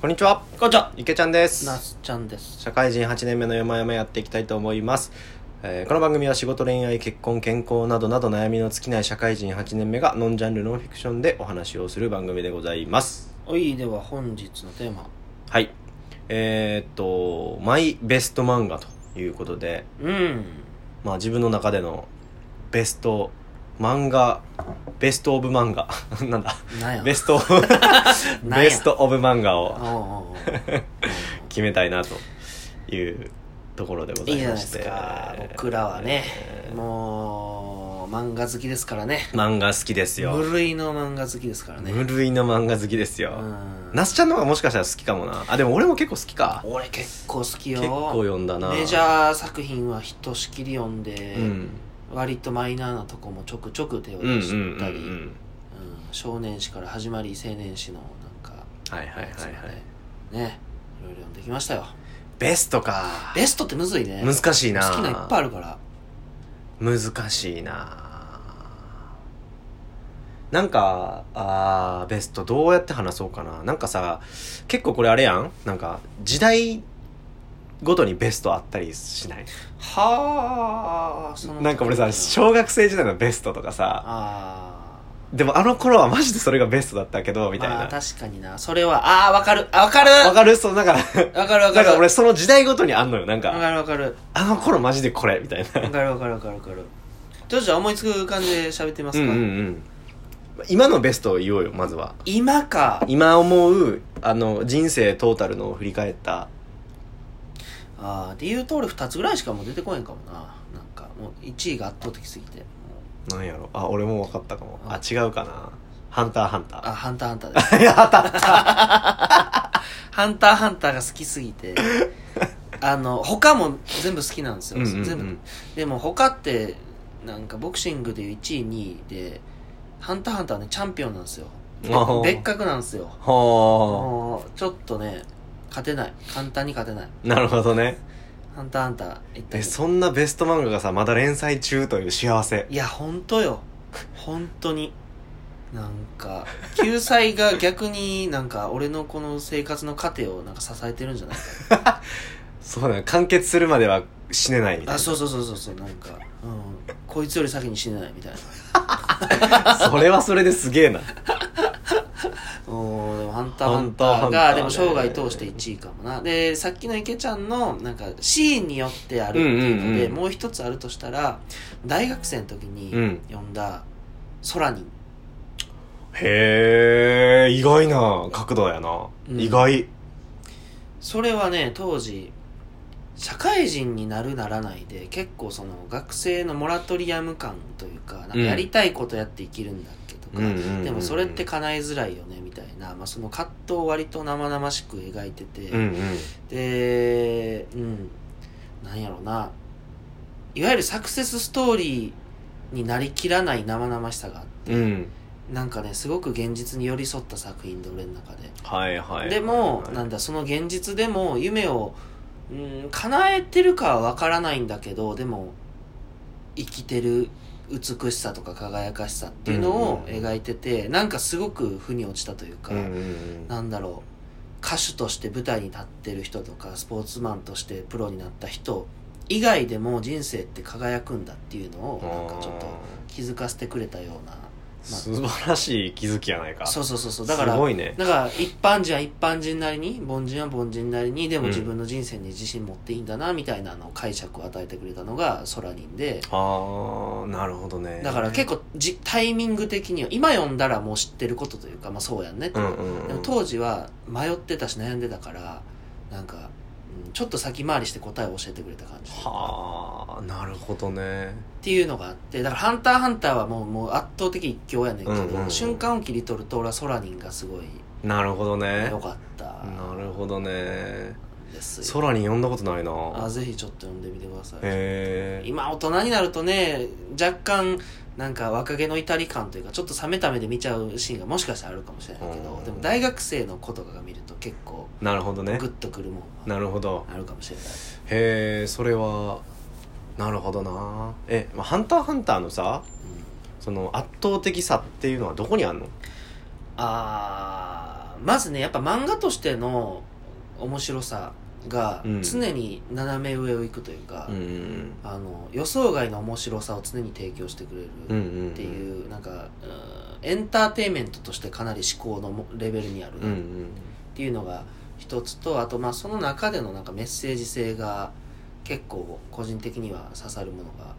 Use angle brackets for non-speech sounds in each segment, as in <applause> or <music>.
こんにちは。こんにちは。いけちゃんです。なすちゃんです。社会人8年目の山々やっていきたいと思います、えーこの番組は仕事恋愛結婚健康などなど悩みの尽きない社会人8年目がノンジャンルノンフィクションでお話をする番組でございますおい、では本日のテーマ。はいえーっとマイベスト漫画ということでうん。まあ自分の中でのベスト漫画ベストオブ漫画 <laughs> なんだ <laughs> なんや。ベストオブなんやベストオブ漫画おをうおう決めたいなというところでごおうざいいじいゃなまいでしすて <laughs> か。僕らはね、もう、漫画好きですからね。漫画好きですよ無類の漫画好きですからね。無類の漫画好きですうよ、ん。なすちゃんの方がもしかしたら好きかもなあでも俺も結構好きか俺結構好きよ。結構読んだなメジャー作品はひとしきり読んで、うん割とマイナーなとこもちょくちょく手をうんうん出うんうしたり、うんん少年誌から始まり青年誌のなんか、はいはいはいはいねいろいろ読んできましたよベストかベストってむずいね難しいな好きないっぱいあるから難しいななんかあーベストどうやって話そうかななんかさ結構これあれやんなんか時代ごとにベストあったりしないはあそなんか俺さ小学生時代のベストとかさあでもあの頃はマジでそれがベストだったけどーみたいまあな確かになそれはああわかるあわかるわかるそうなんかわかるなんわかるか俺その時代ごとにあんのよなんわかかるわかるあの頃マジでこれみたいなわかるわかるわかるわかるジョージは思いつく感じで喋ってますか、ん今のベストを言おうよまずは今か今思うあの人生トータルのを振り返ったああで言うと俺2つぐらいしかもう出てこへんかもななんかもう1位が圧倒的すぎてもうなんやろあ俺も分かったかもああ違うかなハンターハンタあーハンターハンターですや当たったハンターハンターが好きすぎ <laughs> てあの他も全部好きなんですよ、うんうんうん全部でも他ってなんかボクシングでいう1位2位でハンターハンターはねチャンピオンなんですよべあほう別格なんですよ <laughs> ほもうちょっとね勝てない簡単に勝てないうなるほどねハンターハンター一体えそんなベスト漫画がさまだ連載中という幸せいや本当よ本当になんか救済が逆になんか俺のこの生活の糧をなんか支えてるんじゃないそうだね完結するまでは死ねないみたいあなそうそうそうそうそうなんか、うん、こいつより先に死ねない <laughs> みたいなそれはそれですげえなおーでもハンターハハンンタターーがハンターねでも生涯通して1位かもなでさっきの池ちゃんのなんかシーンによってあるっていうので、うんうんうんもう一つあるとしたら大学生の時うんに読んだ「空に」へえ意外な角度やな、うん意外それはね当時社会人になるならないで結構その学生のモラトリアム感というかなんかうんやりたいことやって生きるんだっけとか、うんうんうんうんでもそれって叶えづらいよねみたいな、まあ、その葛藤を割と生々しく描いてて、うんうんでうんなんやろな。いわゆるサクセスストーリーになりきらない生々しさがあってうんなんかねすごく現実に寄り添った作品で俺の中ではいはいでも、はいなんだその現実でも夢をうん叶えてるかは分からないんだけどでも生きてる美しさとか輝かしさっていうのをうんうん描いてて、なんかすごく腑に落ちたというか、うんうんうんなんだろう歌手として舞台に立ってる人とかスポーツマンとしてプロになった人以外でも人生って輝くんだっていうのをなんかちょっとあ気づかせてくれたようなー素晴らしい気づきやないかそうそうそうそうだからすごい <laughs> ねだから一般人は一般人なりに凡人は凡人なりにでも自分の人生に自信持っていいんだなみたいなのを解釈を与えてくれたのがソラニンでああなるほどねだから結構じタイミング的には今読んだらもう知ってることというかまあそうやんねってういうんうんうんでも当時は迷ってたし悩んでたからなんか、うんちょっと先回りして答えを教えてくれた感じはあなるほどねっていうのがあってだから「ハンターハンター」はもうもう圧倒的一強やねんけど、うんうんうん瞬間を切り取ると俺はソラニンがすごいなるほどね良かったなるほどねですよ空に呼んだことないあなぜひちょっと読んでみてください、へえ今大人になるとね若干なんか若気の至り感というかちょっと冷めた目で見ちゃうシーンがもしかしたらあるかもしれないけど、うんでも大学生の子とかが見ると結構なるほどねグッとくるもんはなるほどあるかもしれないへえそれはなるほどなえまあハンターハンター」のさうんその圧倒的さっていうのはどこにあんのあまずねやっぱ漫画としての面白さがうん常に斜め上を行くというか、うんうんあの予想外の面白さを常に提供してくれうんうるんっていう、なんかうんエンターテインメントとしてかなり至高のもレベルにあるうんうなっんていうのが一つとあとまあその中でのなんかメッセージ性が結構個人的には刺さるものが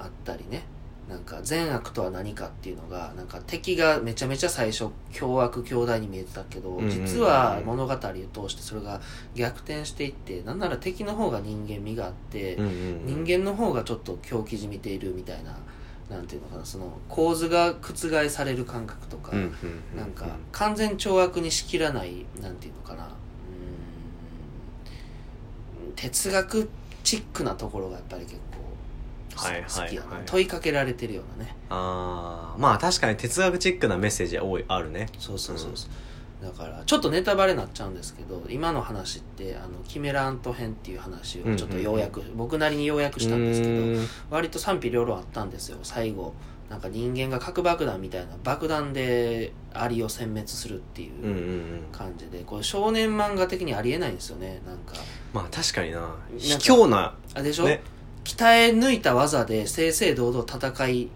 あーあったりねなんか善悪とは何かっていうのがなんか敵がめちゃめちゃ最初凶悪強大に見えてたけど、うんうんうん実は物語を通してそれが逆転していってなんなら敵の方が人間味があって、うんうんうん人間の方がちょっと狂気じみているみたいななんていうのかなその構図が覆される感覚とか、うんうんうなんか完全懲悪にしきらないなんていうのかなうーん哲学チックなところがやっぱり結構はい好好きやはいなはい問いかけられてるようなねああまあ確かに哲学チックなメッセージは多いあるねそうそうそうそうだからちょっとネタバレになっちゃうんですけど今の話ってあのキメラアント編っていう話をちょっと要約、僕なりに要約したんですけどうーん割と賛否両論あったんですよ最後なんか人間が核爆弾みたいな爆弾でアリを殲滅するっていううんうんううん感じでこれ少年漫画的にありえないんですよねなんかまあ確かにな卑怯なあでしょ、ね鍛え抜いた技で正々堂々戦い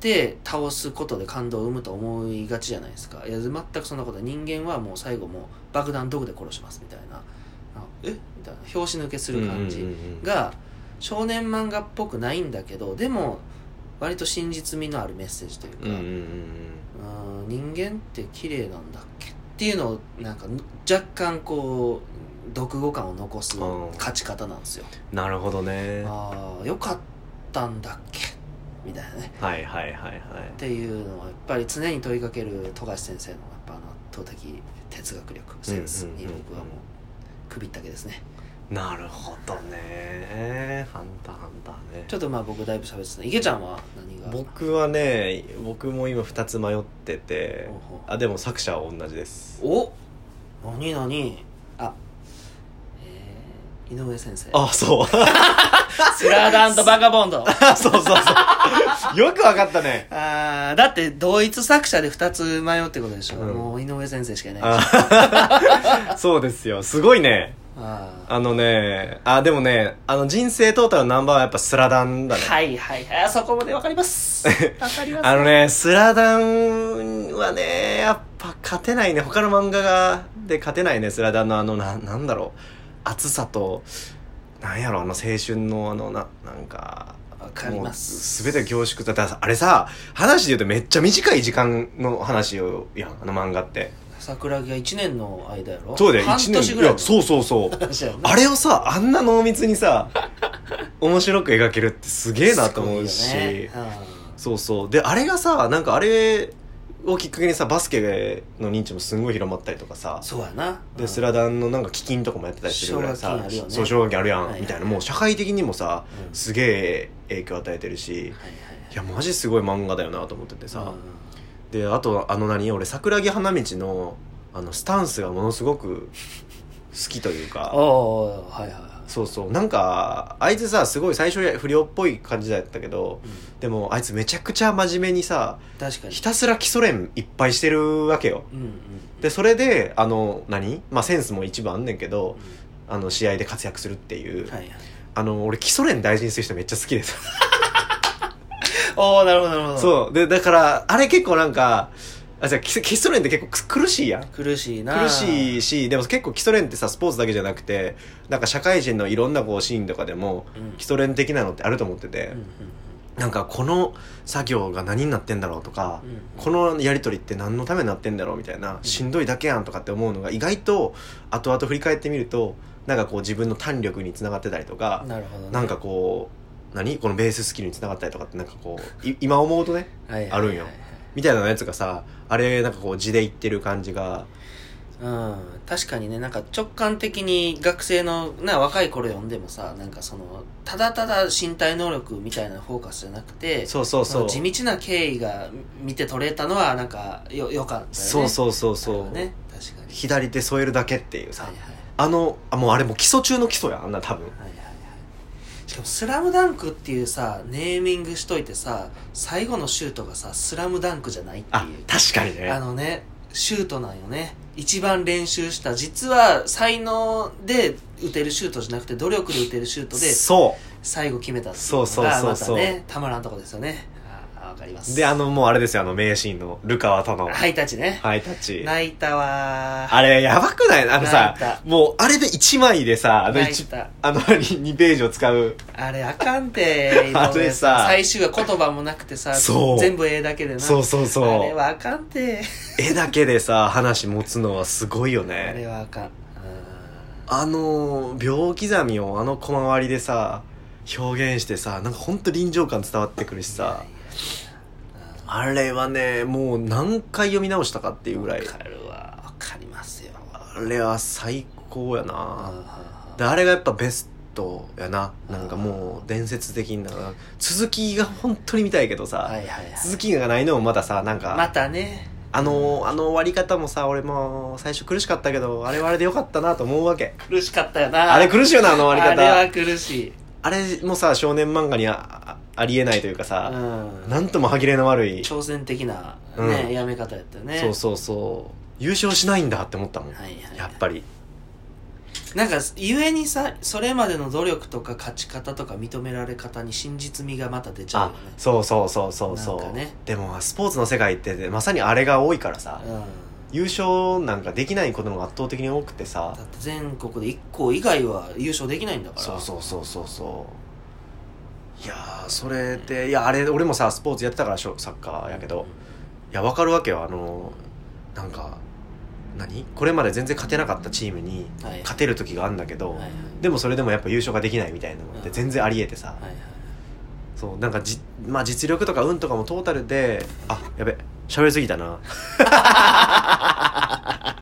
で倒すことで感動を生むと思いがちじゃないですかいや全くそんなことない人間はもう最後もう爆弾毒で殺しますみたいなあえみたいな拍子抜けする感うじ、んうんうんうんが少年漫画っぽくないんだけどでも割と真実味のあるメッセージといううか、んうんうんうーん人間って綺麗なんだっけっていうのをなんか若干こう読語感を残すうん勝ち方なんですよ、うんなるほどねはああよかったんだっけみたいなねいはいはいはいっていうのはやっぱり常に問いかける富樫先生のやっぱあの圧倒的哲学力センスに僕はもう首ったけですねなるほどねハンターハンターねちょっとまあ僕だいぶ喋ってた池ちゃんは何が僕はね僕も今2つ迷っててほうほうあでも作者は同じですお何何あえー、井上先生あそう <laughs> スラダンとバカボンドあそうそうそうよくわかったねーだって同一作者で2つ迷うってことでしょ、うんもう井上先生しかいないでしょあ <laughs> そうですよすごいねあーあのねあでもねあの人生トータルのナンバーはやっぱスラダンだねはいはいはいあそこまでわかりま <laughs> すわかりますあのねスラダンはねやっぱ勝てないね他の漫画がで勝てないねスラダンのあのななんだろう熱さとなんやろあの青春のあのななんかわかりますもう全て凝縮だからあれさ話で言うとめっちゃ短い時間の話をやんあの漫画って桜木が1年の間やろそうだよ半一年年ぐらいやそうそうそうう話やねあれをさあんな濃密にさ面白く描けるってすげえなと思うし、すごいよねそうそうであれがさなんかあれをきっかけにさバスケの認知もすんごい広まったりとかうさんそうやなでスラダンのなんか基金とかもやってたりするぐらい奨さ学金あるよねそう奨学金あるやん、はいはいはいみたいなもう社会的にもさうんうんすげえ影響与えてるしはいはいいやマジすごい漫画だよなと思っててさ、はいであとあの何俺桜木花道のあのスタンスがものすごく好きというあ <laughs> かあはいはいはいそうそうなんかあいつさすごい最初不良っぽい感じだったけどうんでもあいつめちゃくちゃ真面目にさ確かにひたすら基礎練いっぱいしてるわけようんうんでそれであの何まあセンスも一部あんねんけどうあの試合で活躍するっていんう、はいはいあの俺基礎練大事にする人めっちゃ好きですおおなるほどなるほどそうでだからあれ結構なんかあじゃあ基礎基礎練って結構く苦しいやん苦しいな苦しい、いしでも結構基礎練ってさスポーツだけじゃなくてなんか社会人のいろんなこうシーンとかでもうん基礎練的なのってあると思ってて、うんうんなんかこの作業が何になってんだろうとかう、んこのやり取りって何のためになってんだろうみたいな、んしんどいだけやんとかって思うのが意外と後々振り返ってみるとなんかこう自分の胆力につながってたりとか、なるほど、ね、なんかこう何このベーススキルにつながったりとかってなんかこうい今思うとねはいはいはいはいあるんよみたいなやつがさあれなんかこう字で言ってる感じがうん確かにねなんか直感的に学生のな若い頃読んでもさなんかそのただただ身体能力みたいなフォーカスじゃなくてそうそうそそうの地道な経緯が見て取れたのはなんかよよかったよねそうそうそうそう、ね確かに左手添えるだけっていうさ、はいはいあのあもうあれもう基礎中の基礎やんあんな多分はいはいはいしかも「スラムダンクっていうさネーミングしといてさ最後のシュートがさ「スラムダンクじゃないっていあう確かにねあのねシュートなんよね一番練習した実は才能で打てるシュートじゃなくて努力で打てるシュートでそ最後決めたっていそううそのうがそまうたそうねたまらんとこですよねあーわかりまうすであのもうあれですよあの名シーンのルカワとのハイタッチねハイタッチ泣いたわーあれやばくないあのさ泣いたもうあれで1枚でさあの泣い一たあの2ペー <laughs> ジを使うあれあかんて <laughs> あれさ最終は言葉もなくてさそう全部絵だけでなそうそうそうあれはあかんて絵だけでさ話持つのはすごいよあねれはあかんあの秒刻みをあの小回りでさ表現してさなんかほんと臨場感伝わってくるしさあれはねもう何回読み直したかっていうぐらいわかるわわかりますよあれは最高やなあであれがやっぱベストやななんかもう伝説的な続きが本当に見たいけどさ、はいはいはい続きがないのもまださなんか、またねあのあの終わり方もさ俺も最初苦しかったけどあれはあれでよかったなと思うわけ苦しかったよなあれ苦しいよなあの終わりあれ方は苦しいあれもさ少年漫画にはあありえないというかうさ、んなんとも歯切れの悪い、挑戦的なうねんやめ方やったよねそうそうそう優勝しないんだって思ったもん、はいはいやっぱりなんか故にさそれまでの努力とか勝ち方とか認められ方に真実味がまた出ちゃあうよねそうそうそうそうそうなんかねでもスポーツの世界ってまさにあれが多いからさ、うん優勝なんかできない子供が圧倒的に多くてさだって全国で1校以外は優勝できないんだからそうそうそうそうそういやーそれでいやあれ俺もさスポーツやってたからしょサッカーやけど、いや分かるわけよあのなんか何これまで全然勝てなかったチームにはい勝てる時があるんだけど、はいはいでもそれでもやっぱ優勝ができないみたいなのって全然ありえてさ、はいはいそうなんかじ、まあ、実力とか運とかもトータルであやべ喋りすぎたな